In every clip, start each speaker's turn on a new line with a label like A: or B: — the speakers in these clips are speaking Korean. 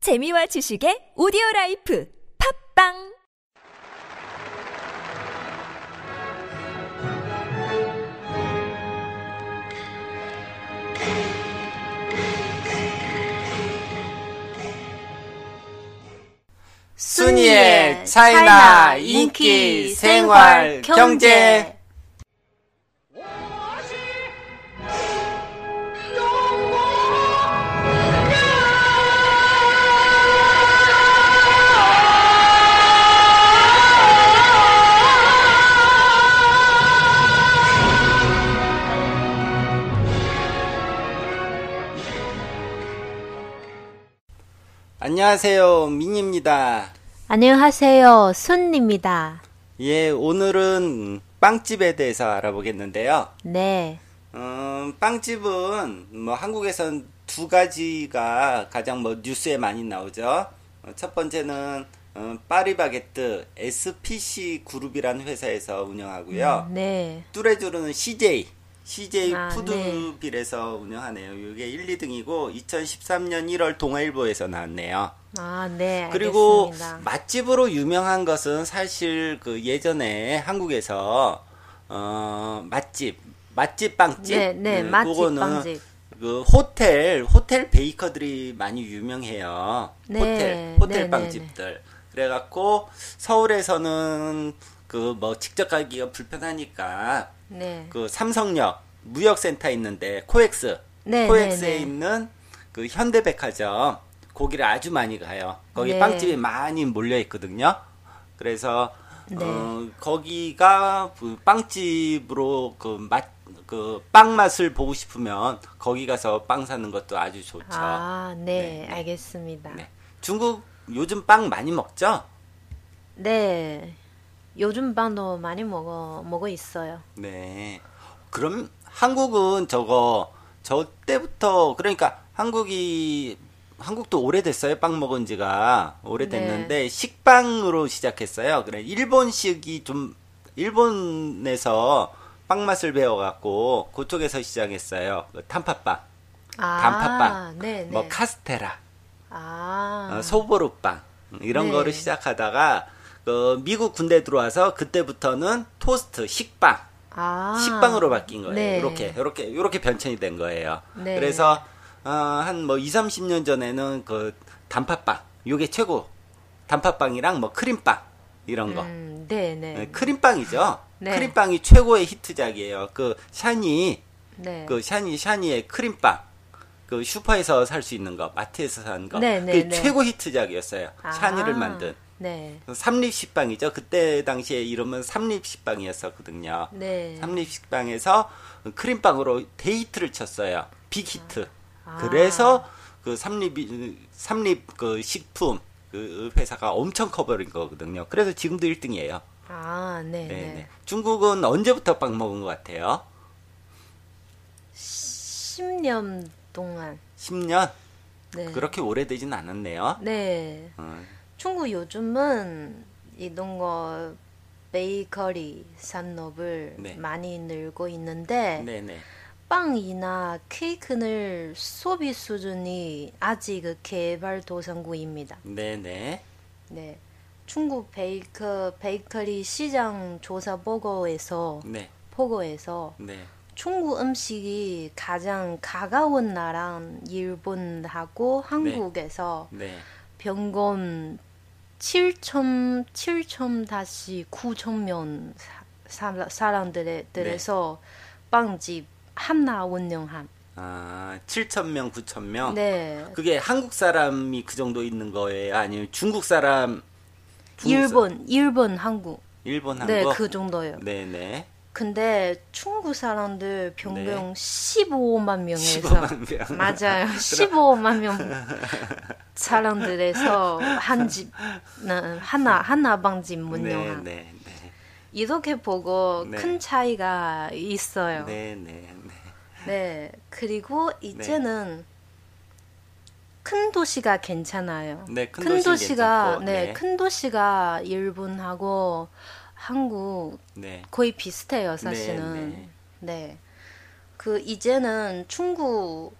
A: 재미와 지식의 오디오 라이프 팝빵
B: 순이의 차이나 인기 생활 경제
C: 我是中国
B: 안녕하세요 민입니다
D: 안녕하세요. 순입니다.
B: 예 오늘은 빵집에 대해서 알아보겠는데요
D: 네.
B: 음, 빵집은 뭐 한국에선 두 가지가 가장 뭐 뉴스에 많이 나오죠 어, 첫 번째는 음, 파리바게뜨 SPC 그룹이라는 회사에서 운영하고요
D: 네.
B: 뚜레쥬르는 CJ CJ
D: 아,
B: 푸드빌에서 운영하네요. 이게 1, 2등이고 2013년 1월 동아일보에서 나왔네요.
D: 아, 네.
B: 그리고
D: 알겠습니다.
B: 맛집으로 유명한 것은 사실 그 예전에 한국에서 어 맛집 맛집 빵집
D: 네, 네, 맛집
B: 그거는
D: 빵집.
B: 그 호텔 호텔 베이커들이 많이 유명해요.
D: 네,
B: 호텔
D: 네,
B: 호텔
D: 네,
B: 빵집들. 그래갖고 서울에서는 그 뭐 직접 가기가 불편하니까
D: 네.
B: 그 삼성역 무역센터 있는데 코엑스
D: 네,
B: 코엑스에
D: 네, 네.
B: 있는 그 현대백화점 거기를 아주 많이 가요. 거기
D: 네.
B: 빵집이 많이 몰려 있거든요. 그래서
D: 네.
B: 어, 거기가 그 빵집으로 그 맛 그 빵 맛을 보고 싶으면 거기 가서 빵 사는 것도 아주 좋죠.
D: 아, 네.
B: 네, 네.
D: 알겠습니다.
B: 네. 중국 요즘 빵 많이 먹죠?
D: 네. 요즘 빵도 많이 먹어 먹어 있어요.
B: 네. 그럼 한국은 저거 저 때부터 그러니까 한국이 한국도 오래됐어요. 빵 먹은 지가 오래됐는데
D: 네.
B: 식빵으로 시작했어요. 그래 일본식이 좀 일본에서 빵 맛을 배워 갖고 그쪽에서 시작했어요. 그 탄팥빵,
D: 아,
B: 단팥빵,
D: 네, 네.
B: 뭐 카스테라,
D: 아.
B: 어, 소보루빵 이런
D: 네.
B: 거를 시작하다가 그 미국 군대 들어와서 그때부터는 토스트, 식빵
D: 아.
B: 식빵으로 바뀐 거예요.
D: 네.
B: 이렇게 이렇게 이렇게 변천이 된 거예요.
D: 네.
B: 그래서 어, 한뭐 2, 30년 전에는 그 단팥빵 요게 최고. 단팥빵이랑 뭐 크림빵 이런 거.
D: 음, 네,
B: 네,
D: 네.
B: 크림빵이죠.
D: 네.
B: 크림빵이 최고의 히트작이에요. 그 샤니
D: 네.
B: 그 샤니 샤니의 크림빵 그 슈퍼에서 살 수 있는 거, 마트에서 산 거.
D: 네, 네,
B: 그게
D: 네.
B: 최고 히트작이었어요.
D: 아.
B: 샤니를 만든
D: 네.
B: 삼립식빵이죠. 그때 당시에 이름은 삼립식빵이었었거든요.
D: 네.
B: 삼립식빵에서 크림빵으로 데이트를 쳤어요. 빅히트.
D: 아.
B: 그래서 그 삼립 삼립 그 식품 그 회사가 엄청 커버린 거거든요. 그래서 지금도 1등이에요.
D: 아, 네,
B: 네,
D: 네.
B: 네. 중국은 언제부터 빵 먹은 것 같아요?
D: 10년 동안.
B: 10년?
D: 네.
B: 그렇게 오래되진 않았네요.
D: 네.
B: 어,
D: 중국 요즘은 이런 거 베이커리 산업을
B: 네.
D: 많이 늘고 있는데
B: 네, 네.
D: 빵이나 케이크는 소비 수준이 아직 개발도상국입니다.
B: 네, 네.
D: 네. 중국 베이커 베이커리 시장 조사 보고에서
B: 네.
D: 보고에서
B: 네.
D: 중국 음식이 가장 가까운 나라 일본하고 한국에서
B: 네.
D: 병건 7천 7천 다시 9천 명 사-
B: 네.
D: 사람들에서 빵집 하나 운영함.
B: 아, 7,000명, 9,000명?
D: 네.
B: 아, 그게 한국 사람이 그 정도 있는 거예요? 아니면 중국 사람? 중국 사람?
D: 일본 일본 한국.
B: 일본 한국?
D: 네, 그 정도예요.
B: 네네.
D: 근데 중국 사람들 평균
B: 네.
D: 15만 명에서
B: 15만 명.
D: 맞아요. 15만 명 사람들에서 한집 하나 하나 방집 운영함.
B: 네네네.
D: 이렇게 보고
B: 네.
D: 큰 차이가 있어요. 네.
B: 네네네. 네.
D: 그리고 이제는 큰 도시가 괜찮아요.
B: 네, 큰 도시는
D: 도시가
B: 괜찮고,
D: 네,
B: 네.
D: 큰 도시가 일본하고 한국
B: 네.
D: 거의 비슷해요, 사실은.
B: 네.
D: 네. 그 이제는 중국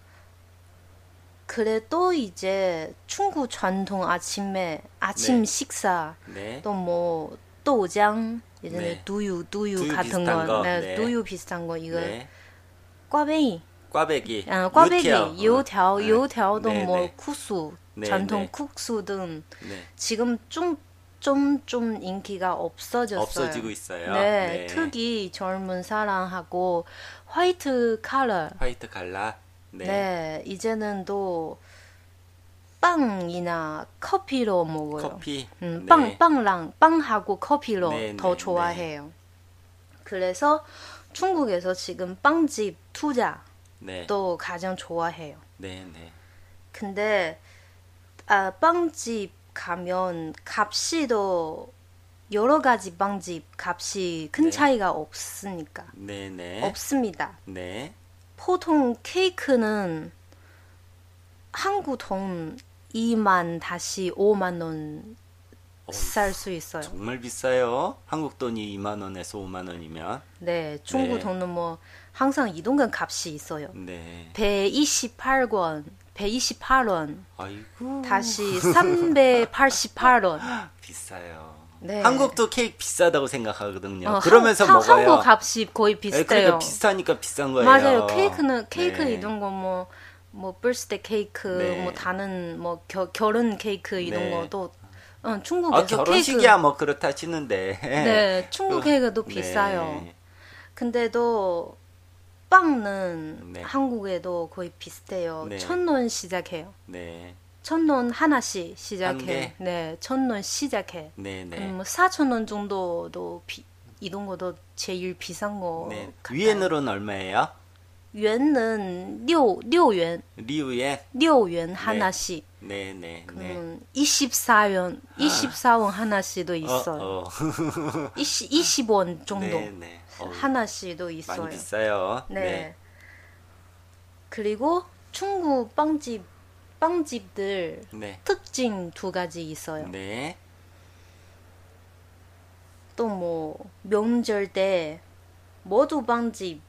D: 그래도 이제 중국 전통 아침에 아침
B: 네.
D: 식사
B: 네.
D: 또 뭐豆浆 예전에
B: 네.
D: 두유 두유
B: 두유
D: 같은
B: 비슷한
D: 거,
B: 거,
D: 네,
B: 네.
D: 두유 비슷한 거 이거
B: 네.
D: 꽈배기,
B: 꽈배기.
D: 아, 꽈배기,
B: 요티ao.
D: 요条,
B: 네.
D: 요条도
B: 네,
D: 뭐
B: 네.
D: 국수
B: 네,
D: 전통
B: 네.
D: 국수 등
B: 네.
D: 지금 좀 좀 좀 인기가 없어졌어요.
B: 없어지고 있어요. 네.
D: 네, 특히 젊은 사람하고 화이트 컬러.
B: 화이트 갈라. 네.
D: 네. 이제는 또 빵이나 커피로 먹어요.
B: 커피.
D: 음,
B: 네.
D: 빵 빵랑 빵하고 커피로
B: 네,
D: 더
B: 네,
D: 좋아해요. 그래서 중국에서 지금 빵집 투자
B: 네.
D: 또 가장 좋아해요.
B: 네, 네.
D: 근데 아, 빵집 가면 값이도 여러 가지 빵집 값이 큰
B: 네.
D: 차이가 없으니까
B: 네, 네.
D: 없습니다.
B: 네.
D: 보통 케이크는 한국 돈 2만 다시 5만
B: 어,
D: 원 살 수 있어요.
B: 정말 비싸요. 한국 돈이 2만 원에서 5만 원이면.
D: 네, 중국
B: 네.
D: 돈은 뭐 항상 이동간 값이 있어요.
B: 네.
D: 128원, 128원,
B: 아이고.
D: 다시
B: 음.
D: 388원.
B: 비싸요.
D: 네.
B: 한국도 케이크 비싸다고 생각하거든요.
D: 어,
B: 그러면서
D: 한,
B: 먹어요.
D: 한국 값이 거의
B: 네,
D: 비슷해요.
B: 그러니까 비싸니까 비싼 거예요.
D: 맞아요. 케이크는 케이크
B: 네.
D: 이런 거뭐 뭐 birthday 케이크
B: 네.
D: 뭐 다른 뭐 겨, 결혼 케이크 이런
B: 네.
D: 것도 응,
B: 아,
D: 중국에서
B: 결혼식이야
D: 케이크
B: 뭐 그렇다 치는데. 그
D: 네, 중국 케이크도 비싸요.
B: 네.
D: 근데도 빵은
B: 네.
D: 한국에도 거의 비슷해요.
B: 네.
D: 천원 시작해요.
B: 네.
D: 천원 하나씩
B: 한
D: 시작해.
B: 개?
D: 네, 천원 시작해.
B: 네, 네.
D: 음, 4천 원 정도도 비, 이런 것도 제일 비싼 거.
B: 네.
D: 뭐 같아요.
B: 위엔으로는 얼마예요?
D: 元은 6, 6元.
B: 리우엔.
D: 6원 하나씩.
B: 네, 네, 네.
D: 그러면 24원, 24원 하나씩도 있어요.
B: 어, 어.
D: 20, 20원 정도
B: 네, 네. 어,
D: 하나씩도 있어요.
B: 많이 비싸요.
D: 네. 그리고 중국 빵집 빵집들
B: 네.
D: 특징 두 가지 있어요.
B: 네. 네.
D: 또 뭐 명절 때 모두 빵집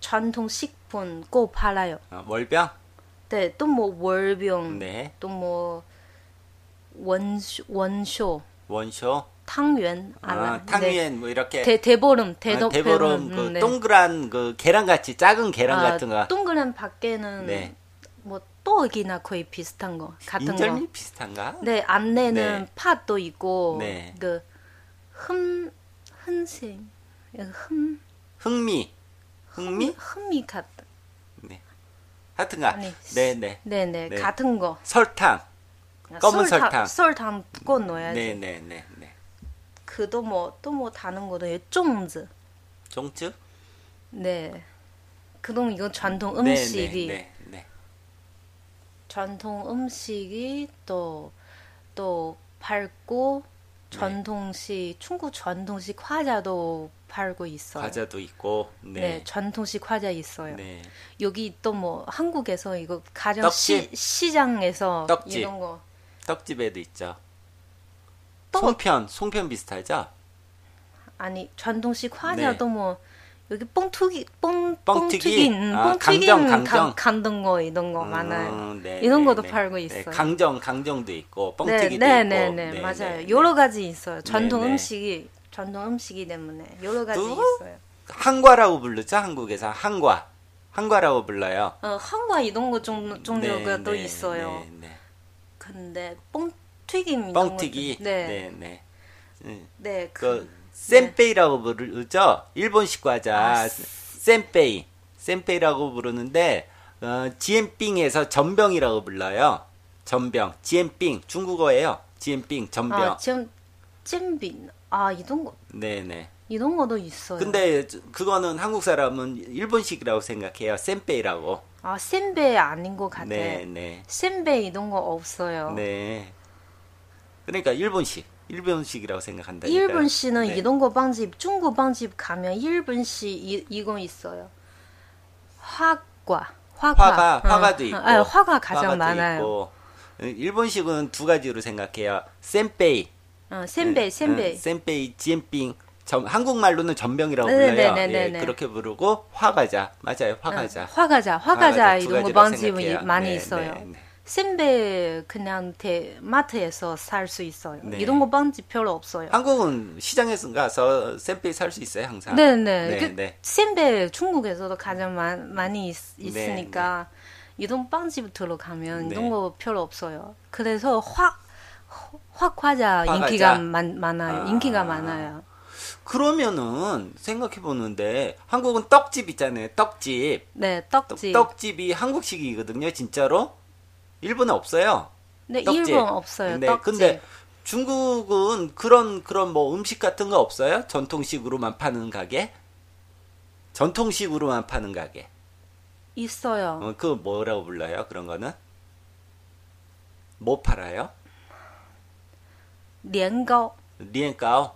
D: 전통 식품 꼭 팔아요.
B: 어, 월병?
D: 네, 또 뭐 월병,
B: 네.
D: 또 뭐 원쇼, 원쇼,
B: 원쇼.
D: 탕면
B: 아,
D: 알아?
B: 탕위엔 뭐 이렇게
D: 네. 대, 대보름,
B: 아,
D: 대덕, 네.
B: 대보름 그 동그란 그 계란 같이 작은 계란 같은 거.
D: 동그란 아, 밖에는
B: 네.
D: 뭐 떡이나 거의 비슷한 거 같은
B: 인절미
D: 거.
B: 비슷한가?
D: 네, 안내는
B: 네.
D: 팥도 있고
B: 네.
D: 그 흠, 흔색, 흠,
B: 흑미. 흑미?
D: 흠이 같은.
B: 네. 하여튼가.
D: 아니,
B: 네, 네.
D: 네네
B: 네.
D: 같은 거. 그러니까
B: 설탕. 검은 설탕.
D: 설탕 묶어 넣어야지.
B: 네, 네, 네, 네.
D: 그도 뭐 또 뭐 다른 거도 예,粽子.
B: 종즙?
D: 네. 그동 이거 전통
B: 네,
D: 음식이
B: 네, 네, 네.
D: 전통 음식이 또 또 팔고
B: 네.
D: 전통식 중국 전통식 과자도 팔고 있어요.
B: 과자도 있고.
D: 네.
B: 네.
D: 전통식 과자 있어요.
B: 네.
D: 여기 또 뭐 한국에서 이거 가장 시,
B: 떡집.
D: 시장에서
B: 떡집.
D: 이런 거
B: 떡집에도 있죠.
D: 떡.
B: 송편, 송편 비슷하죠?
D: 아니 전통식
B: 네.
D: 과자도 뭐 여기 뽕튀기 뽕
B: 뻥튀기?
D: 뽕튀긴
B: 아,
D: 뽕튀긴
B: 강정, 강정.
D: 간던 거 이런 거
B: 음,
D: 어, 많아요.
B: 네,
D: 이런
B: 네,
D: 것도
B: 네.
D: 팔고
B: 네,
D: 있어요.
B: 강정, 강정도 있고, 뻥튀기도
D: 네,
B: 있고.
D: 네, 네, 네, 맞아요. 여러 가지 있어요. 전통
B: 네, 네.
D: 음식이 전통 음식이 때문에 여러 가지
B: 또?
D: 있어요.
B: 한과라고 부르죠, 한국에서. 한과. 한과라고 불러요.
D: 어, 한과 이런 거 종, 종류가
B: 네,
D: 또
B: 네,
D: 있어요.
B: 네, 네.
D: 근데 뽕튀김 이런
B: 뻥튀기.
D: 것도-
B: 네,
D: 네,
B: 네. 음,
D: 네,
B: 그,
D: 그,
B: 센페이라고 부르죠? 일본식 과자.
D: 아,
B: 센페이. 센페이라고 부르는데, 어, 지엠빙에서 전병이라고 불러요. 전병. 지엠빙. 중국어예요. 지엠빙, 전병.
D: 아 지금 찜빈 아 이런 거
B: 네네.
D: 이런 것도 있어요.
B: 근데 그거는 한국 사람은 일본식이라고 생각해요. 센페이라고.
D: 아 센베 아닌 그렇죠. 것 같아.
B: 네, 네.
D: 센베 이런 거 없어요.
B: 네. 그러니까 일본식. 일본식이라고 생각한다.
D: 일본 씨는
B: 네.
D: 이런 거 빵집, 중국 빵집 가면 일본 씨 이, 이거 있어요. 화과, 화과,
B: 화가
D: 어,
B: 화가도
D: 어,
B: 있고.
D: 아, 화가 가장
B: 화가도
D: 많아요.
B: 있고. 일본식은 두 가지로 생각해요. 센페이.
D: 어, 센베, 센베.
B: 음, 센페이, 지엠빙. 점, 한국말로는 전병이라고
D: 네,
B: 불러요.
D: 네, 네, 네,
B: 예,
D: 네.
B: 그렇게 부르고 화과자. 맞아요.
D: 어,
B: 화과자.
D: 화과자, 화과자
B: 아, 화과자 두
D: 이런
B: 가지라고
D: 거 빵집이
B: 생각해요.
D: 많이
B: 네,
D: 있어요.
B: 네, 네.
D: 샌베 그냥 대, 마트에서 살 수 있어요.
B: 네.
D: 이런 거 빵집 별로 없어요.
B: 한국은 시장에서 가서 샌베이 살 수 있어요 항상.
D: 네네.
B: 네,
D: 그
B: 네.
D: 샌베 중국에서도 가장 마, 많이 있, 으니까 이런 빵집 들어가면
B: 네.
D: 이런 거 별로 없어요. 그래서 확 확화자
B: 화과자?
D: 인기가 많, 많아요.
B: 아.
D: 인기가 많아요.
B: 그러면은 생각해 보는데 한국은 떡집 있잖아요. 떡집.
D: 네,
B: 떡,
D: 떡집.
B: 떡집이 한국식이거든요. 진짜로. 일본에 없어요.
D: 네,
B: 떡집.
D: 일본 없어요.
B: 네,
D: 떡집.
B: 근데 중국은 그런 그런 뭐 음식 같은 거 없어요? 전통식으로만 파는 가게? 전통식으로만 파는 가게.
D: 있어요.
B: 어, 그 뭐라고 불러요? 그런 거는? 뭐 팔아요?
D: 년糕.
B: 리엔까오.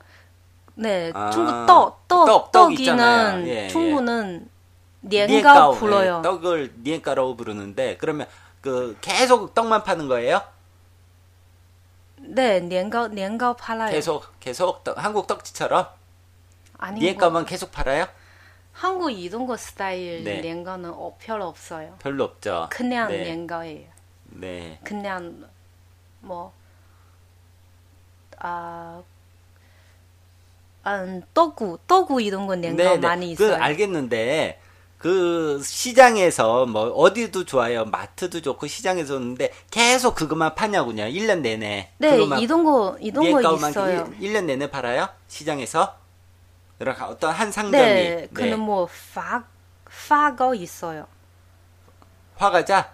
D: 네,
B: 아,
D: 중국 떡, 떡,
B: 떡, 떡 있잖아요.
D: 떡이는
B: 예, 예.
D: 중국은
B: 리엔까오.
D: 년糕 불러요.
B: 네, 떡을 리엔까라고 부르는데 그러면 그 계속 떡만 파는 거예요?
D: 네, 년糕, 년糕 팔아요.
B: 계속 계속 떡, 한국 떡집처럼
D: 아니,
B: 리엔까만 계속 팔아요?
D: 한국 이런 거 스타일
B: 네.
D: 년糕는 어, 별로 없어요.
B: 별로 없죠.
D: 그냥
B: 네.
D: 년糕예요.
B: 네.
D: 그냥 뭐 아, 음, 떡구, 떡구 이런 건 년糕
B: 네, 네.
D: 많이
B: 그
D: 있어요.
B: 알겠는데 그 시장에서 뭐 어디도 좋아요. 마트도 좋고 시장에서 오는데 계속 그것만 파냐고요. 1년 내내.
D: 네,
B: 그것만
D: 이런 거 이런 거
B: 리엔까오만 그
D: 있어요.
B: 1, 년 내내 팔아요? 시장에서? 이런 어떤 한 상점이
D: 네,
B: 네.
D: 그는 뭐 파, 파거 있어요.
B: 화과자?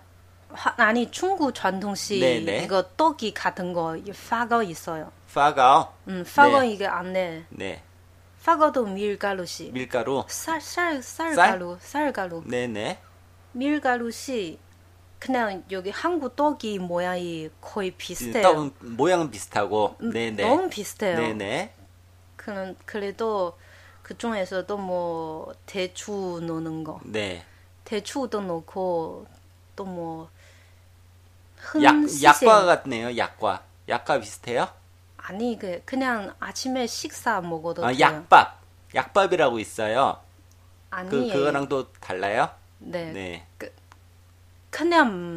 D: 화- 아니 중국 전통식
B: 네네.
D: 이거 떡이 같은 거 파거 있어요.
B: 파가오.
D: 음, 파거
B: 네.
D: 이게 안내.
B: 네.
D: 파거도 밀가루시.
B: 밀가루.
D: 쌀, 쌀, 쌀,
B: 쌀?
D: 가루, 쌀 가루.
B: 네, 네.
D: 밀가루시 그냥 여기 한국 떡이 모양이 거의 비슷해요.
B: 떡은 모양은 비슷하고.
D: 음,
B: 네, 네.
D: 너무 비슷해요.
B: 네, 네.
D: 그는 그래도 그 중에서도 뭐 대추 넣는 거,
B: 네.
D: 대추도 넣고 또뭐
B: 약 약과 같네요. 약과. 약과 비슷해요?
D: 아니 그 그냥 아침에 식사 먹어도
B: 아,
D: 돼요.
B: 약밥. 약밥이라고 있어요.
D: 아니
B: 그 그거랑 또 달라요?
D: 네,
B: 네.
D: 그냥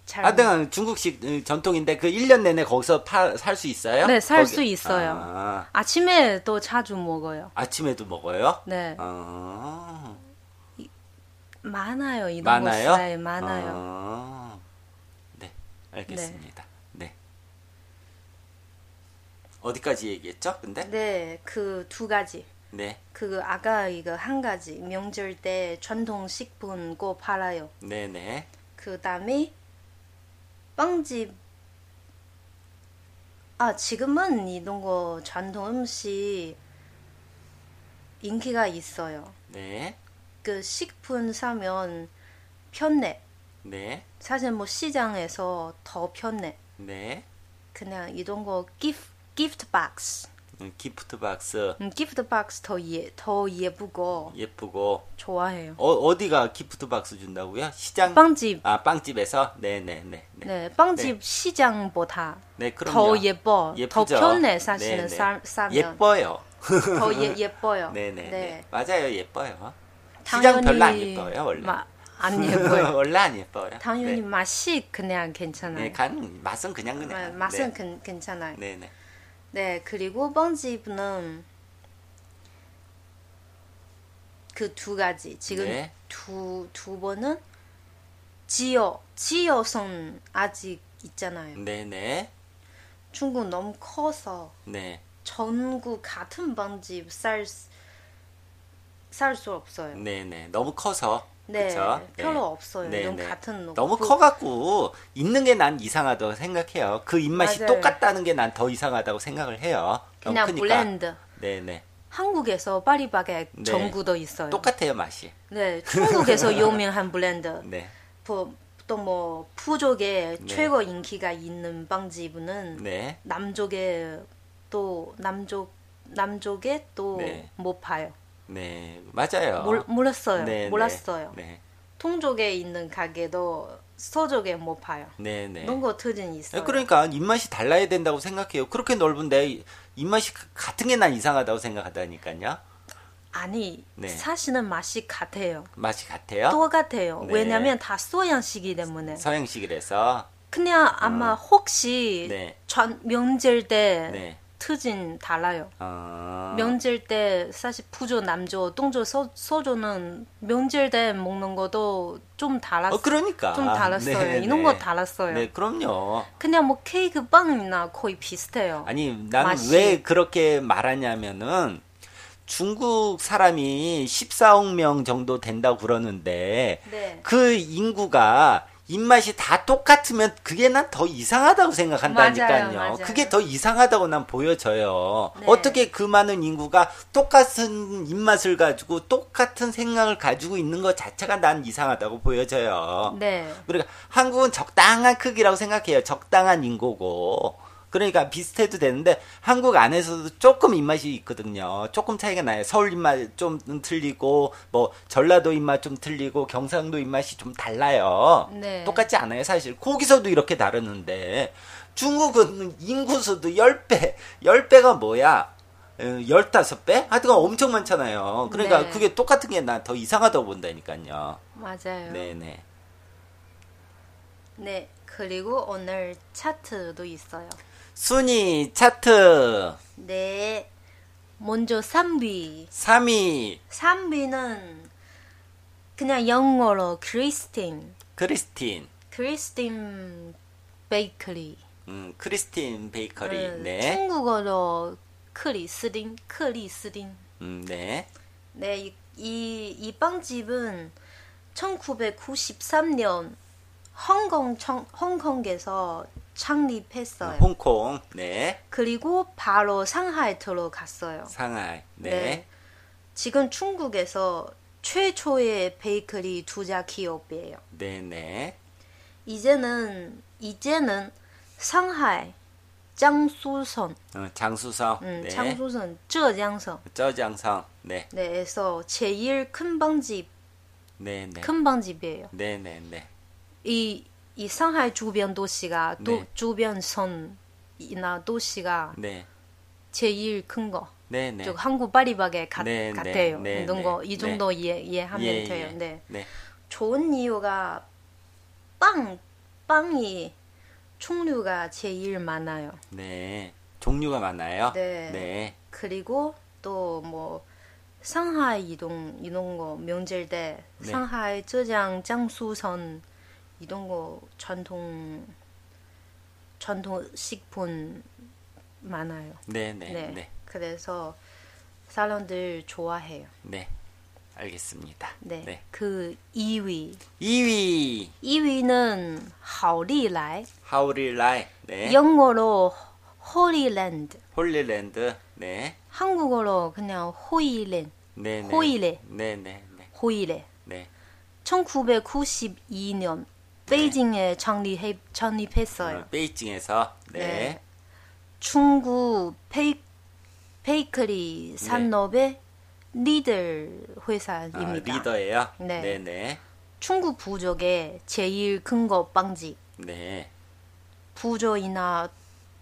D: 맛잘
B: 하여튼 중국식 어, 전통인데 그 1년 내내 거기서 파, 살 수 있어요?
D: 네, 살
B: 거기-
D: 수 있어요.
B: 아,
D: 아침에 또 자주 먹어요.
B: 아침에도 먹어요?
D: 네
B: 아,
D: 많아요 이런
B: 많아요?
D: 거 스타일 많아요.
B: 아, 네, 알겠습니다. 네. 어디까지 얘기했죠? 근데? 네.
D: 네 그 두 가지
B: 네.
D: 그 아까 이거 한 가지 명절 때 전통 식품 꼭 팔아요.
B: 네,
D: 그 다음에 빵집 아 지금은 이런 거 전통 음식 인기가 있어요.
B: 네.
D: 그 식품 사면 편해.
B: 네.
D: 사실 뭐 시장에서 더 편해.
B: 네.
D: 그냥 이런 거 기프 기프트 박스.
B: 음, 기프트 박스
D: 음, 기프트 박스 더예더 예쁘고
B: 예쁘고
D: 좋아해요.
B: 어, 어디가 기프트 박스 준다고요? 시장
D: 빵집
B: 아 빵집에서 네네네 네,
D: 네 빵집 시장보다
B: 네, 그럼요.
D: 더 예뻐,
B: 예쁘죠?
D: 더 편해 사실은
B: 네네.
D: 사, 사면
B: 예뻐요.
D: 더 예, 예뻐요.
B: 네네
D: 네.
B: 네. 맞아요 예뻐요. 시장
D: 당연히
B: 별로 안 예뻐요 원래.
D: 마- 안 예뻐요.
B: 원래 안 예뻐요.
D: 당연히
B: 네.
D: 맛이 그냥 괜찮아요.
B: 네, 간 맛은 그냥
D: 마-
B: 그냥. 네.
D: 맛은 괜- 괜찮아요. 네.
B: 네네
D: 그리고 빵집은 그 두 가지 지금
B: 네.
D: 두, 두 번은 지역 지역성 아직 있잖아요.
B: 음. 네네
D: 중국 너무 커서
B: 네
D: 전국 같은 방집 살, 살 수 없어요.
B: 네네 너무 커서.
D: 네,
B: 그쵸? 네,
D: 별로 없어요. 이런 같은
B: 너무
D: 그-
B: 커갖고 있는 게 난 이상하다고 생각해요. 그 입맛이
D: 맞아요.
B: 똑같다는 게 난 더 이상하다고 생각을 해요. 너무
D: 그냥
B: 크니까.
D: 블렌드.
B: 네네
D: 한국에서 파리바게
B: 네.
D: 전구도 있어요.
B: 똑같아요 맛이.
D: 네, 중국에서 유명한 블렌드.
B: 네
D: 또뭐 푸족의
B: 네.
D: 최고 인기가 있는 빵집은
B: 네.
D: 남쪽에 또 남쪽 남쪽에 또
B: 네.
D: 못 봐요.
B: 네, 맞아요.
D: 몰, 몰랐어요.
B: 네,
D: 몰랐어요.
B: 네,
D: 통족에 있는 가게도 서쪽에 못 봐요.
B: 네, 네.
D: 이런 거 특징이 있어요.
B: 그러니까 입맛이 달라야 된다고 생각해요. 그렇게 넓은데 입맛이 같은 게 난 이상하다고 생각하다니까요.
D: 아니
B: 네.
D: 사실은 맛이 같아요.
B: 맛이 같아요?
D: 똑같아요.
B: 네.
D: 왜냐면 다 소양식이 때문에.
B: 서양식이라서
D: 그냥 아마 혹시
B: 네.
D: 전 명절 때
B: 네.
D: 특징 달라요.
B: 어,
D: 명절 때 사실 부조, 남조, 동조, 서, 서조는 명절 때 먹는 것도 좀 달랐.
B: 어 그러니까
D: 좀 달랐어요.
B: 네,
D: 이런
B: 네.
D: 거 달랐어요.
B: 네, 그럼요.
D: 그냥 뭐 케이크 빵이나 거의 비슷해요.
B: 아니 나는
D: 맛이.
B: 왜 그렇게 말하냐면은 중국 사람이 14억 명 정도 된다고 그러는데
D: 네.
B: 그 인구가 입맛이 다 똑같으면 그게 난 더 이상하다고 생각한다니까요.
D: 맞아요, 맞아요.
B: 그게 더 이상하다고 난 보여져요.
D: 네.
B: 어떻게 그 많은 인구가 똑같은 입맛을 가지고 똑같은 생각을 가지고 있는 것 자체가 난 이상하다고 보여져요.
D: 네.
B: 그러니까 한국은 적당한 크기라고 생각해요. 적당한 인구고. 그러니까 비슷해도 되는데 한국 안에서도 조금 입맛이 있거든요. 조금 차이가 나요. 서울 입맛 좀 틀리고 뭐 전라도 입맛 좀 틀리고 경상도 입맛이 좀 달라요.
D: 네.
B: 똑같지 않아요, 사실. 거기서도 이렇게 다르는데 중국은 인구수도 10배, 10배가 뭐야? 어, 15배? 하여튼 엄청 많잖아요. 그러니까
D: 네.
B: 그게 똑같은 게 나 더 이상하다고 본다니까요.
D: 맞아요.
B: 네, 네.
D: 네, 그리고 오늘 차트도 있어요.
B: 순위 차트
D: 네. 먼저 3위.
B: 3위
D: 3위는 그냥 영어로 크리스틴.
B: 크리스틴
D: 크리스틴 베이커리.
B: 음, 크리스틴 베이커리
D: 음,
B: 네.
D: 중국어로 크리스틴, 크리스틴.
B: 음, 네.
D: 네, 이, 이, 이 빵집은 1993년 홍콩, 청, 홍콩에서 창립했어요.
B: 음, 홍콩 네.
D: 그리고 바로 상하이 들어갔어요.
B: 상하이 네.
D: 네. 지금 중국에서 최초의 베이커리 투자 기업이에요.
B: 네, 네.
D: 이제는 이제는 상하이, 장수선,
B: 어, 장수성
D: 음,
B: 네.
D: 장수선, 저장선
B: 저장성 네.
D: 네에서 제일 큰 빵집
B: 네, 네.
D: 큰 빵집이에요.
B: 네, 네, 네.
D: 이, 이 상하이 주변 도시가 또
B: 네.
D: 주변 선이나 도시가
B: 네.
D: 제일 큰 거.
B: 네, 네.
D: 즉 한국 파리바게 같,
B: 네, 네,
D: 같아요.
B: 네,
D: 이런
B: 네,
D: 거 이
B: 네.
D: 정도 이해, 이해하면
B: 예,
D: 돼요.
B: 예.
D: 네.
B: 네.
D: 좋은 이유가 빵 빵이 종류가 제일 많아요.
B: 네. 종류가 많아요.
D: 네.
B: 네.
D: 그리고 또 뭐 상하이 이동 이런 거 명절 때
B: 네.
D: 상하이, 저장, 장수선 이런 거 전통 전통 식품 많아요.
B: 네, 네, 네. 네.
D: 그래서 사람들 좋아해요.
B: 네. 알겠습니다.
D: 네. 그 2위.
B: 2위
D: 2위는 하오리라이.
B: 하우릴라이 네.
D: 영어로 호리랜드,
B: 홀리랜드 네.
D: 한국어로 그냥 호이랜,
B: 네, 네.
D: 호일에.
B: 네, 네, 네.
D: 호이레.
B: 네.
D: 1992년 베이징에 창립해, 창립했어요.
B: 어, 베이징에서 네.
D: 중국 페이, 베이커리 산업의 리들 회사입니다.
B: 아, 리더예요.
D: 네.
B: 네, 네.
D: 중국 부족의 제일 큰거 빵집,
B: 네.
D: 부조이나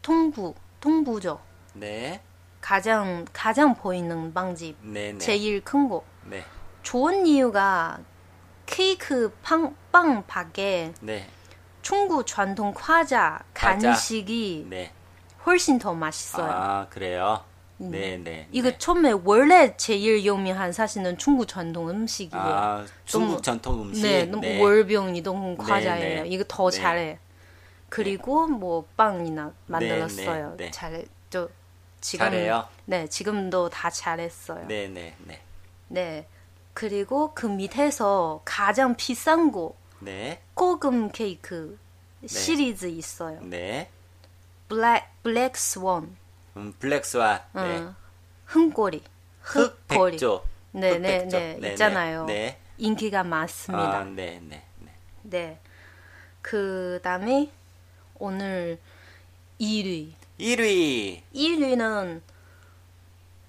D: 통부, 통부조
B: 네.
D: 가장 가장 보이는 빵집,
B: 네, 네.
D: 제일 큰 거.
B: 네.
D: 좋은 이유가 케이크 빵, 빵 밖에
B: 네.
D: 중국 전통 과자
B: 과자.
D: 간식이
B: 네.
D: 훨씬 더 맛있어요. 음.
B: 아, 그래요. 네, 네.
D: 이거
B: 네.
D: 처음에 원래 제일 유명한 사실은 중국 전통 음식이에요.
B: 아, 중국
D: 너무-
B: 전통 음식.
D: 네, 너무 월병 이동 과자예요.
B: 네.
D: 이거 더
B: 네.
D: 잘해. 그리고 뭐 빵이나 만들었어요.
B: 네, 네.
D: 잘해. 저 지금
B: 잘해요?
D: 네, 지금도 다 잘했어요.
B: 네, 네, 네.
D: 네. 그리고 그 밑에서 가장 비싼 거
B: 네.
D: 고금 케이크 시리즈 있어요.
B: 네.
D: 블랙 블랙 스원,
B: 음, 블랙스완.
D: 어,
B: 네.
D: 흥꼬리, 흑꼬리,
B: 흑백조.
D: 네네네
B: 흑백조. 네, 네.
D: 있잖아요.
B: 네.
D: 인기가
B: 아,
D: 많습니다.
B: 네, 네. 네.
D: 네. 그 다음에 오늘 1위,
B: 1위
D: 1위는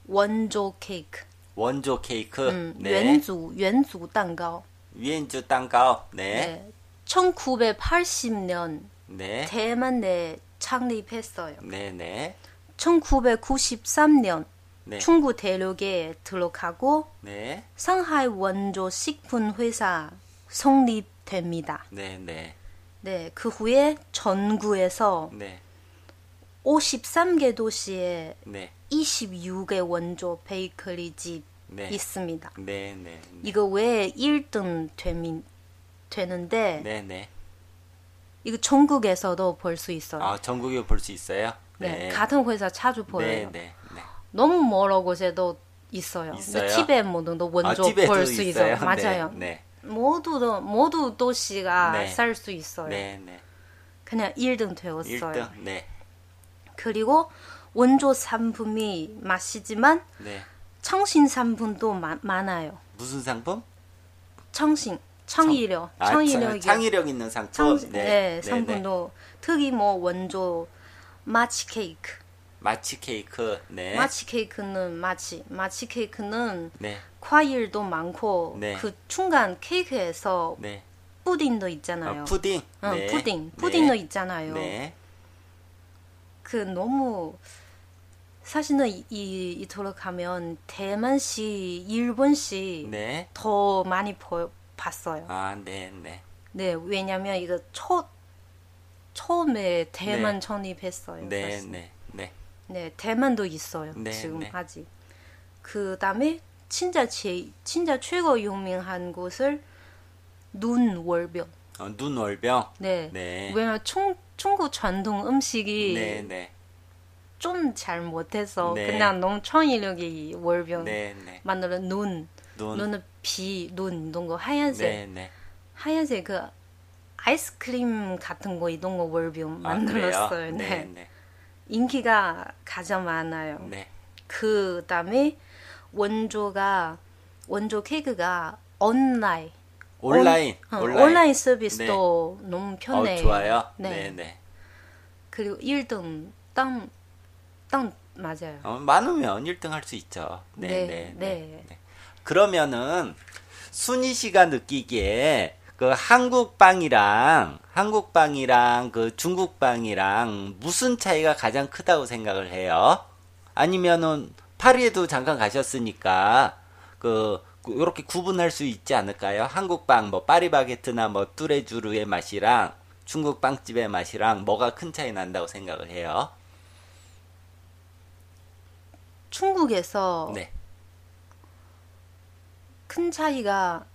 D: 원조 케이크,
B: 원조 케이크.
D: 음,
B: 네.
D: 원조 원조蛋糕.
B: 위엔주 땅가오. 네.
D: 네. 1980년
B: 네.
D: 대만에 창립했어요.
B: 네, 네.
D: 1993년
B: 네.
D: 중국 대륙에 들어가고
B: 네.
D: 상하이 원조 식품 회사 성립됩니다.
B: 네, 네.
D: 네, 그 후에 전구에서
B: 네.
D: 53개 도시에
B: 네.
D: 26개 원조 베이커리 집
B: 네.
D: 있습니다.
B: 네, 네.
D: 이거 왜 1등 되미, 되는데
B: 네, 네.
D: 이거 전국에서도 볼 수 있어요.
B: 아, 전국에 볼 수 있어요?
D: 네, 같은 회사 자주
B: 네,
D: 보여요.
B: 네. 네.
D: 너무 멀어 곳에도 있어요.
B: 있어요?
D: 근데 티벳 모든도 원조
B: 아, 도
D: 볼수 있어요. 맞아요.
B: 네.
D: 모두 모두 도시가
B: 네.
D: 살 수 있어요.
B: 네, 네.
D: 그냥 1등 되었어요.
B: 일 1등. 네.
D: 그리고 원조 상품이 맛이지만
B: 네.
D: 청신 상품도 마- 많아요.
B: 무슨 상품?
D: 청신, 청이력,
B: 아, 뭐,
D: 청이력이
B: 창- 창의력 있는
D: 청,
B: 상품.
D: 네, 상품도 특히 뭐 원조 마치 케이크.
B: 마치 케이크. 네.
D: 마치 케이크는 마치 마치 케이크는
B: 네.
D: 과일도 많고
B: 네.
D: 그 중간 케이크에서
B: 네.
D: 푸딩도
B: 아,
D: 있잖아요.
B: 푸딩.
D: 응,
B: 네.
D: 푸딩,
B: 네.
D: 푸딩도 있잖아요.
B: 네.
D: 그 너무 사실은 이, 이 이토록 하면 대만시, 일본시
B: 네.
D: 더 많이 보, 봤어요.
B: 아, 네, 네.
D: 네, 왜냐면 이거 초 처음에 대만
B: 네.
D: 전입했어요.
B: 네,
D: 사실.
B: 네. 네.
D: 네, 대만도 있어요.
B: 네,
D: 지금
B: 네.
D: 아직. 그 다음에 진짜 제 진짜 최고 유명한 곳을 눈월병.
B: 어, 눈 월병.
D: 네.
B: 네.
D: 왜냐면 중 중국 전통 음식이
B: 네, 네.
D: 좀 잘 못해서
B: 네.
D: 그냥 너무 청이력이 월병
B: 네, 네.
D: 만들어 눈
B: 눈.
D: 눈은 비, 눈 이런 거 하얀색
B: 네, 네.
D: 하얀색 그 아이스크림 같은 거 이런 거 월병
B: 아, 그래요?
D: 만들었어요.
B: 네,
D: 네.
B: 네.
D: 인기가 가장 많아요.
B: 네.
D: 그 다음에 원조가 원조 케이크가 온라인 어,
B: 온라인.
D: 온, 라인 서비스도 너무
B: 어,
D: 편해요.
B: 좋아요.
D: 네.
B: 네, 네.
D: 그리고 1등 땅땅 맞아요.
B: 어, 많으면 1등 할 수 있죠. 네, 네,
D: 네,
B: 네,
D: 네.
B: 네. 그러면은 순희 씨가 느끼기에 그 한국 빵이랑 한국 빵이랑 그 중국 빵이랑 무슨 차이가 가장 크다고 생각을 해요? 아니면은 파리에도 잠깐 가셨으니까 그 이렇게 구분할 수 있지 않을까요? 한국 빵, 뭐 파리바게트나 뭐 뚜레쥬르의 맛이랑 중국 빵집의 맛이랑 뭐가 큰 차이 난다고 생각을 해요?
D: 중국에서
B: 네,
D: 큰 차이가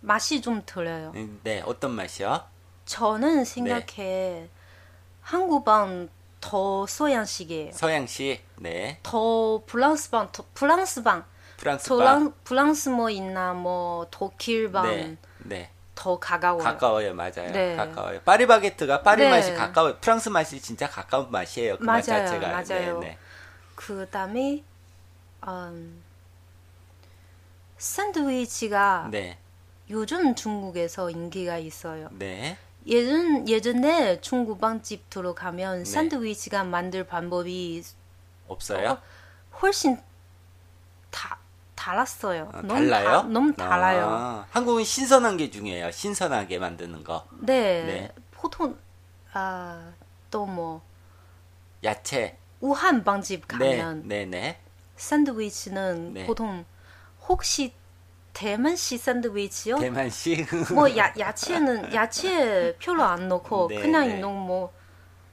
D: 맛이 좀 들려요.
B: 네 어떤 맛이요?
D: 저는
B: 네.
D: 생각해 한국방 더 서양식이에요.
B: 서양시, 네,
D: 더 프랑스방, 더 프랑스방,
B: 프랑스 빵,
D: 프랑, 프랑스 뭐 있나 뭐 독일방
B: 네, 네,
D: 더 가까워요.
B: 가까워요, 맞아요,
D: 어. 네.
B: 가까워요. 파리바게트가 파리
D: 네.
B: 맛이 가까워, 프랑스 맛이 진짜 가까운 맛이에요, 그 맛
D: 맞아요,
B: 자체가.
D: 맞아요.
B: 네,
D: 그 다음에 음, 샌드위치가 아.
B: 네, 네,
D: 요즘 중국에서 인기가 있어요.
B: 네,
D: 예전 예전에 중국 빵집 들어가면
B: 네.
D: 샌드위치가 만들 방법이
B: 없어요.
D: 어, 훨씬 다 달랐어요.
B: 어,
D: 너무
B: 달라요?
D: 다, 너무 달라요.
B: 아, 한국은 신선한 게 중요해요. 신선하게 만드는 거,
D: 네,
B: 네.
D: 보통 아, 또 뭐
B: 야채,
D: 우한 빵집
B: 네,
D: 가면
B: 네, 네,
D: 샌드위치는
B: 네.
D: 보통 혹시 대만식 샌드위치요?
B: 대만식,
D: 어? 뭐 야, 야채는 야채 별로 안 넣고
B: 네,
D: 그냥
B: 네.
D: 이런 뭐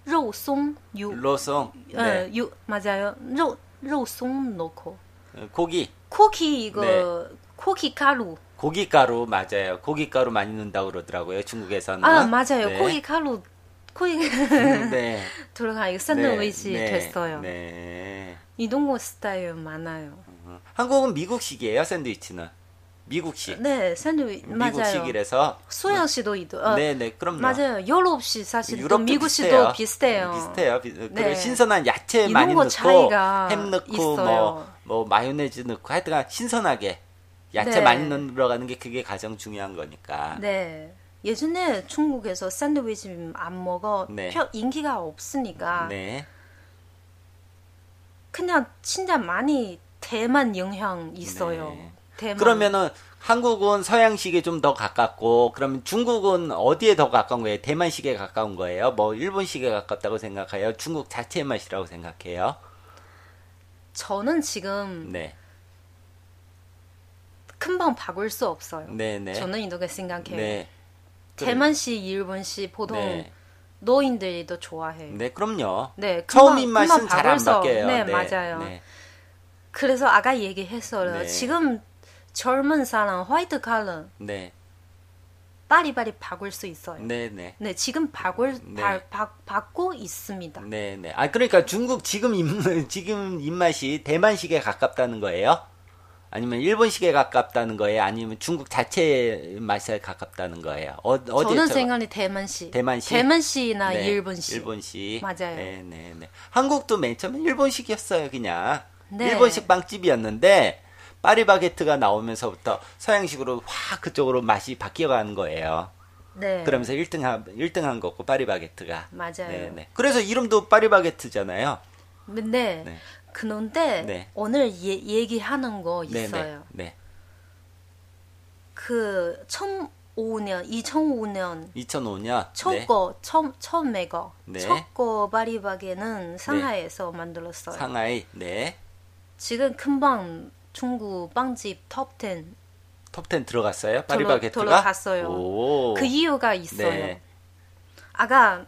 D: 肉松, 유,
B: 로송,
D: 예,
B: 네,
D: 유 맞아요. 肉,肉松 넣고
B: 어, 고기,
D: 쿠키 이거
B: 네.
D: 쿠키 가루
B: 고기 가루 맞아요. 고기 가루 많이 넣는다고 그러더라고요, 중국에서는.
D: 아 맞아요.
B: 네.
D: 쿠키 가루 쿠키
B: 네.
D: 들어가 이거 샌드위치
B: 네, 네,
D: 됐어요.
B: 네.
D: 이런 거 스타일 많아요.
B: 어, 한국은 미국식이에요 샌드위치는 미국식
D: 네, 샌드위치 맞아요.
B: 미국식이라서
D: 소영 씨도 이도 어,
B: 네네 그럼요
D: 맞아요. 유럽 씨 사실 또
B: 유럽도
D: 미국
B: 비슷해요.
D: 씨도 비슷해요.
B: 비슷해요. 비- 그리고
D: 네.
B: 신선한 야채
D: 이런
B: 많이
D: 거
B: 넣고
D: 차이가
B: 햄 넣고
D: 있어요.
B: 뭐, 뭐 마요네즈 넣고 하여튼간 신선하게 야채
D: 네.
B: 많이 넣으러가는 게 그게 가장 중요한 거니까.
D: 네. 예전에 중국에서 샌드위치 안 먹어
B: 네.
D: 별 인기가 없으니까
B: 네.
D: 그냥 진짜 많이 대만 영향 있어요.
B: 네.
D: 대만.
B: 그러면은 한국은 서양식에 좀 더 가깝고 그러면 중국은 어디에 더 가까운 거예요? 대만식에 가까운 거예요? 뭐 일본식에 가깝다고 생각해요? 중국 자체의 맛이라고 생각해요?
D: 저는 지금
B: 네.
D: 금방 바꿀 수 없어요.
B: 네, 네.
D: 저는 이렇게 생각해요.
B: 네.
D: 대만식, 일본식, 보통
B: 네.
D: 노인들이 더 좋아해요.
B: 네, 그럼요.
D: 네,
B: 처음
D: 금방-
B: 입맛은
D: 금방
B: 잘 안
D: 바꿀 수 없-
B: 바뀌어요.
D: 네, 맞아요.
B: 네.
D: 그래서 아까 얘기했어요.
B: 네.
D: 지금 젊은 사람, 화이트 칼러,
B: 네.
D: 빠리빠리 바꿀 수 있어요.
B: 네, 네.
D: 네, 지금 바꿀,
B: 네.
D: 바, 바, 받고 있습니다.
B: 네, 네. 아, 그러니까 중국 지금 입, 지금 입맛이 대만식에 가깝다는 거예요? 아니면 일본식에 가깝다는 거예요? 아니면 중국 자체 맛에 가깝다는 거예요? 어, 어디에
D: 저는
B: 저-
D: 생각이 대만식.
B: 대만식?
D: 나
B: 네,
D: 일본식.
B: 일본식.
D: 맞아요.
B: 네, 네, 네. 한국도 맨 처음에 일본식이었어요, 그냥.
D: 네.
B: 일본식 빵집이었는데 파리바게트가 나오면서부터 서양식으로 확 그쪽으로 맛이 바뀌어가는 거예요.
D: 네.
B: 그러면서 1등 한 1등 한 거고 파리바게트가.
D: 맞아요.
B: 네네. 그래서 이름도 파리바게트잖아요.
D: 네.
B: 네.
D: 그런데
B: 네.
D: 오늘 예, 얘기하는 거
B: 네네.
D: 있어요.
B: 네.
D: 그 2005년, 2005년
B: 2005년.
D: 첫거 처음 처음 매거
B: 네.
D: 첫거 바리바게는 상하이에서 만들었어요.
B: 네. 상하이. 네.
D: 지금 금방 중국 빵집 톱10
B: 톱10 들어갔어요.
D: 들어-
B: 파리바게트가.
D: 들어갔어요.
B: 오.
D: 그 이유가 있어요.
B: 네.
D: 아가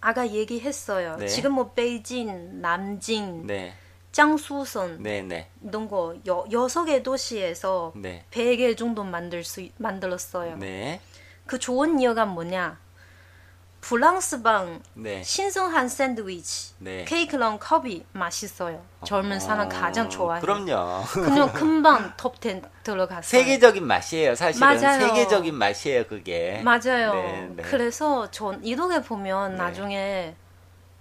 D: 아가 얘기했어요.
B: 네.
D: 지금 뭐 베이징, 남진,
B: 네.
D: 장수선
B: 네, 네.
D: 이런 거 여, 여섯 개 도시에서
B: 네.
D: 100개 정도 만들 수 있- 만들었어요.
B: 네.
D: 그 좋은 이유가 뭐냐? 프랑스방
B: 네.
D: 신선한 샌드위치,
B: 네.
D: 케이크랑 컵이 맛있어요. 젊은 사람 가장 좋아해요.
B: 어, 그럼요.
D: 그냥 금방 톱10 들어갔어요.
B: 세계적인 맛이에요, 사실은.
D: 맞아요.
B: 세계적인 맛이에요, 그게.
D: 맞아요.
B: 네, 네.
D: 그래서 전 이동에 보면 나중에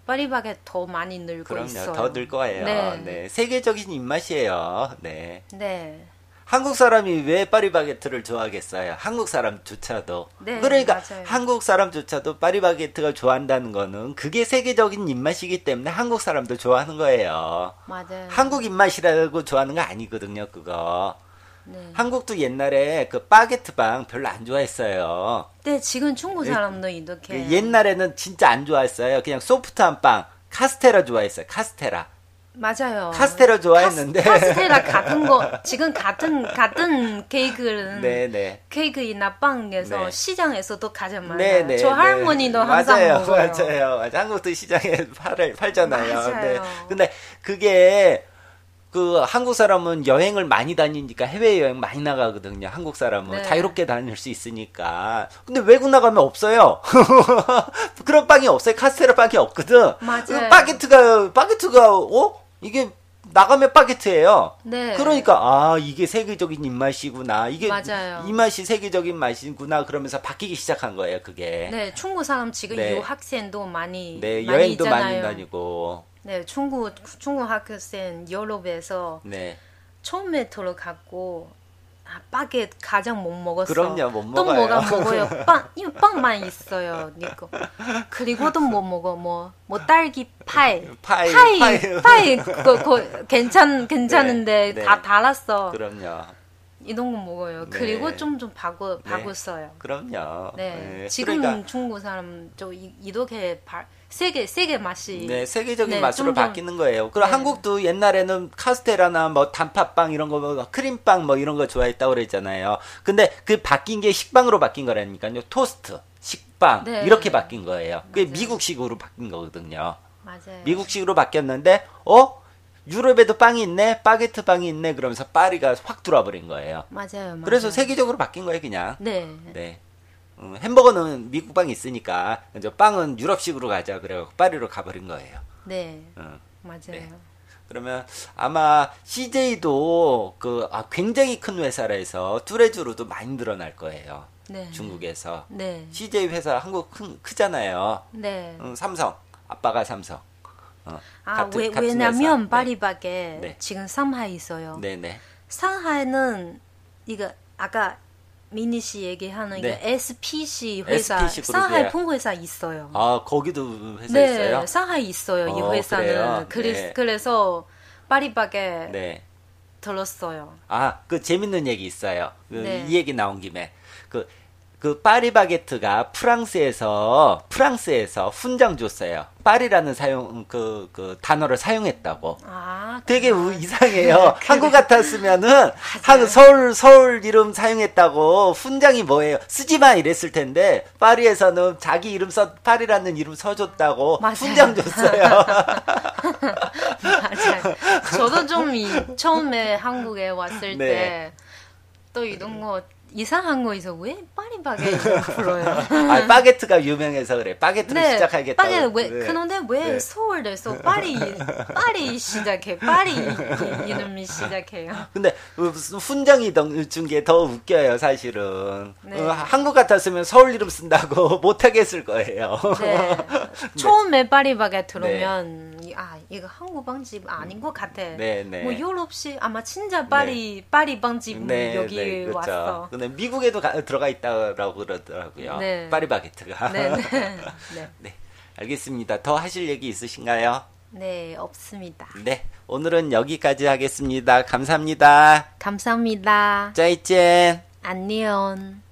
D: 파리바게 더 많이 늘고
B: 그럼요.
D: 있어요.
B: 더 늘 거예요.
D: 네.
B: 네. 세계적인 입맛이에요. 네.
D: 네.
B: 한국 사람이 왜 파리바게트를 좋아하겠어요? 한국 사람조차도.
D: 네,
B: 그러니까
D: 맞아요.
B: 한국 사람조차도 파리바게트가 좋아한다는 거는 그게 세계적인 입맛이기 때문에 한국 사람도 좋아하는 거예요.
D: 맞아요.
B: 한국 입맛이라고 좋아하는 거 아니거든요, 그거.
D: 네.
B: 한국도 옛날에 그 바게트빵 별로 안 좋아했어요.
D: 네, 지금 중국 사람도 이렇게
B: 예, 그 옛날에는 진짜 안 좋아했어요. 그냥 소프트한 빵. 카스테라 좋아했어요. 카스테라.
D: 맞아요.
B: 카스테라 좋아했는데.
D: 어. 카스, 카스테라 같은 거 지금 같은 같은 케이크는
B: 네네.
D: 케이크이나 빵에서
B: 네.
D: 시장에서도 가장 많아요.
B: 네네.
D: 저 할머니도 항상
B: 맞아요,
D: 먹어요.
B: 맞아요. 맞아요. 한국도 시장에 팔, 팔잖아요.
D: 맞아요.
B: 네. 근데 그게 그 한국 사람은 여행을 많이 다니니까 해외 여행 많이 나가거든요. 한국 사람은
D: 네.
B: 자유롭게 다닐 수 있으니까. 근데 외국 나가면 없어요. 그런 빵이 없어요. 카스테라 빵이 없거든.
D: 맞아요.
B: 바게트가 바게트가 어 이게 나가면 바게트예요.
D: 네.
B: 그러니까 아 이게 세계적인 입맛이구나. 이게
D: 맞아요.
B: 이 맛이 세계적인 맛이구나 그러면서 바뀌기 시작한 거예요. 그게.
D: 네, 중국 사람 지금
B: 네.
D: 유학생도 많이
B: 네,
D: 많이
B: 여행도 많이
D: 있잖아요.
B: 다니고.
D: 네, 중국 중국 학생 유럽에서
B: 네.
D: 처음에 들어갔고 아, 빠게 가장 못 먹었어.
B: 그럼요, 못
D: 또
B: 먹어요.
D: 뭐가 먹어요? 빵, 이거 빵만 있어요, 이거. 그리고도 못 먹어, 뭐, 뭐 딸기 파이,
B: 파이, 파이.
D: 파이, 파이 그거, 그거 괜찮 괜찮은데
B: 네,
D: 다
B: 네.
D: 달았어.
B: 그럼요.
D: 이런 거 먹어요.
B: 네.
D: 그리고 좀 좀 바꾸
B: 네.
D: 바꿨어요.
B: 그럼요.
D: 네,
B: 네,
D: 지금
B: 그러니까,
D: 중국 사람 좀 이- 이렇게 바, 세게 세게 맛이
B: 네, 세계적인
D: 네,
B: 맛으로
D: 좀 더-
B: 바뀌는 거예요. 그럼
D: 네.
B: 한국도 옛날에는 카스테라나 뭐 단팥빵 이런 거, 뭐 크림빵 뭐 이런 거 좋아했다고 그랬잖아요. 근데 그 바뀐 게 식빵으로 바뀐 거라니까요. 토스트, 식빵
D: 네.
B: 이렇게 바뀐 거예요. 그게
D: 맞아요.
B: 미국식으로 바뀐 거거든요.
D: 맞아요.
B: 미국식으로 바뀌었는데 어? 유럽에도 빵이 있네, 바게트 빵이 있네 그러면서 파리가 확 들어와 버린 거예요.
D: 맞아요.
B: 그래서
D: 맞아요.
B: 세계적으로 바뀐 거예요, 그냥.
D: 네.
B: 네. 음, 햄버거는 미국 빵이 있으니까 이제 빵은 유럽식으로 가자 그래갖고 파리로 가버린 거예요.
D: 네.
B: 음.
D: 맞아요.
B: 네. 그러면 아마 CJ도 그 아, 굉장히 큰 회사라서 뚜레쥬로도 많이 늘어날 거예요.
D: 네.
B: 중국에서
D: 네.
B: CJ 회사 한국 큰, 크잖아요.
D: 네.
B: 음, 삼성 아빠가 삼성. 어,
D: 아,
B: 같은-
D: 왜,
B: 같은
D: 왜냐면
B: 회사.
D: 파리밖에
B: 네.
D: 지금 상하이 있어요.
B: 네. 네네.
D: 상하이는 이거 아까 미니 씨 얘기하는 이거
B: 네.
D: SPC 회사,
B: SPC 그룹이에요.
D: 상하이 폰회사 있어요.
B: 아 거기도 회사
D: 네,
B: 있어요.
D: 상하이 있어요. 이
B: 어, 그래요?
D: 회사는 그래,
B: 네.
D: 그래서 파리밖에
B: 네.
D: 들었어요.
B: 아, 그 재밌는 얘기 있어요. 그
D: 네.
B: 이 얘기 나온 김에 그, 그 파리바게트가 프랑스에서 프랑스에서 훈장 줬어요. 파리라는 사용 그, 그 단어를 사용했다고.
D: 아,
B: 되게 우-
D: 네,
B: 이상해요. 한국 같았으면은 한 서울 서울 이름 사용했다고 훈장이 뭐예요? 쓰지마 이랬을 텐데 파리에서는 자기 이름 써 파리라는 이름 써줬다고
D: 맞아요.
B: 훈장 줬어요.
D: 맞아요. 저도 좀 이- 처음에 한국에 왔을
B: 네.
D: 때 또 이런 거 이상한 거에서 왜 파리바게 이렇게 불러요?
B: 아 파게트가 유명해서 그래. 파게트로 시작하겠다.
D: 파리 네, 왜 그런데 왜
B: 네.
D: 서울에서 파리 파리 시작해 파리 이- 이름이 시작해요.
B: 근데 훈장이 준 게 더 웃겨요 사실은.
D: 네.
B: 어, 한국 같았으면 서울 이름 쓴다고 못하겠을 거예요.
D: 네. 처음에 파리바게 들으면 이- 아 이거 한국 빵집 아닌 것 같아.
B: 네, 네.
D: 뭐 유럽식 아마 진짜 파리 파리 빵집 여기
B: 그렇죠.
D: 왔어.
B: 근데 미국에도 가- 들어가 있다라고 그러더라고요.
D: 네.
B: 파리바게트가.
D: 네, 네. 네.
B: 네, 알겠습니다. 더 하실 얘기 있으신가요?
D: 네, 없습니다.
B: 네. 오늘은 여기까지 하겠습니다. 감사합니다.
D: 감사합니다.
B: 짜이젠.
D: 안녕.